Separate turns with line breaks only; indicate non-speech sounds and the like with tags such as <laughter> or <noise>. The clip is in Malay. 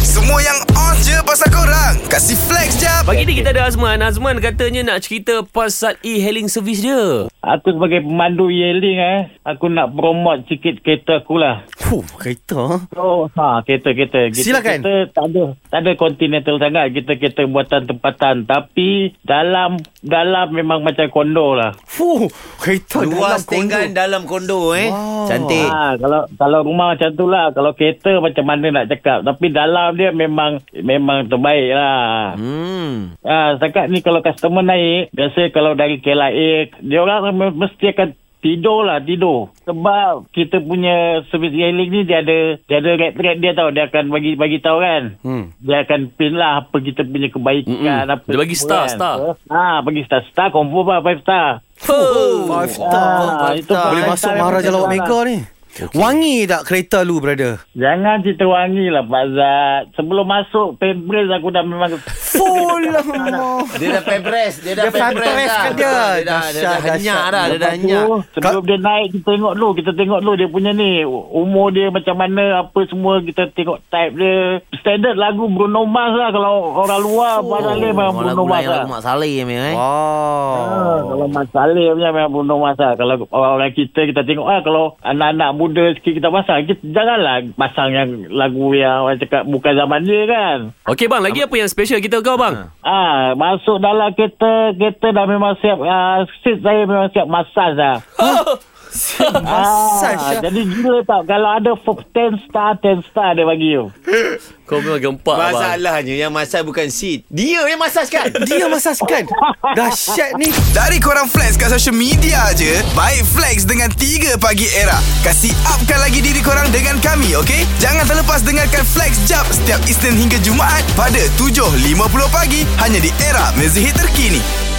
Semua yang on je pasal korang Kasih flex jap
Pagi ni kita ada Azman. Azman katanya nak cerita pasal e-hailing servis dia.
Aku sebagai pemandu Yeling eh, aku nak promote sikit kereta aku lah.
Fuh, kereta.
So, ha, kereta-kereta. Kita,
Silakan.
Kita tak ada, tak ada kontinental sangat. Kita kereta buatan tempatan. Tapi dalam dalam memang macam kondo lah.
Fuh, kereta
Luar
dalam kondo.
setinggan dalam kondo eh.
Wow.
Cantik.
Ha, kalau kalau rumah macam tu lah. Kalau kereta macam mana nak cakap. Tapi dalam dia memang memang terbaik lah.
Hmm.
Ha, setakat ni kalau customer naik, biasa kalau dari KLIA, dia orang me- mesti akan tidur lah, tidur. Sebab kita punya servis hailing ni dia ada dia ada red thread dia tau, dia akan bagi bagi tahu kan.
Hmm.
Dia akan pin lah apa kita punya kebaikan
Mm-mm.
apa.
Dia bagi star,
semua kan.
star.
Ha, bagi star star confirm lah 5 star.
Five star.
Ah, itu
Boleh
five
masuk
star
Maharaja
yang
Laut
kita
Mega ni. Wangi tak kereta lu, brother?
Jangan cerita wangi lah Pak Zat. Sebelum masuk Pembres aku dah memang
<laughs> Full lah.
Dia dah pepres, dia dah
Dia pepres
pepres dah.
kan dia.
Dia dah dia dah
Dahsyat,
henyak
dahsyat.
dah, dia dah
Lepas
henyak.
tu, Sebelum dia naik kita tengok dulu, kita tengok dulu dia punya ni umur dia macam mana, apa semua kita tengok type dia. Standard lagu Bruno Mars lah kalau orang luar oh, barang dia memang
Oh,
Bruno
lagu
Mars
lain
lah.
lagu Mak Saleh ni eh.
Ah,
Wow.
kalau Mas Saleh punya memang Bruno Mars lah. Kalau orang-orang kita kita tengok ah kalau anak-anak muda sikit kita pasang, kita janganlah pasang yang lagu yang orang cakap bukan zaman dia kan.
Okey bang, lagi apa yang special kita kau bang?
Ah, masuk dalam kereta, kereta dah memang siap. Ah, seat saya memang siap masas dah. Ah,
Massage.
Jadi gila tak Kalau ada f- 10 star 10 star dia bagi you
Kau memang gempak bang.
Masalahnya yang masaj bukan seat. Dia yang masaj kan?
Dia masaskan. Dahsyat ni.
Dari korang flex kat social media je Baik flex dengan 3 pagi era Kasih upkan lagi diri korang dengan kami okay? Jangan terlepas dengarkan flex jap Setiap Isnin hingga Jumaat Pada 7.50 pagi Hanya di era mezihit terkini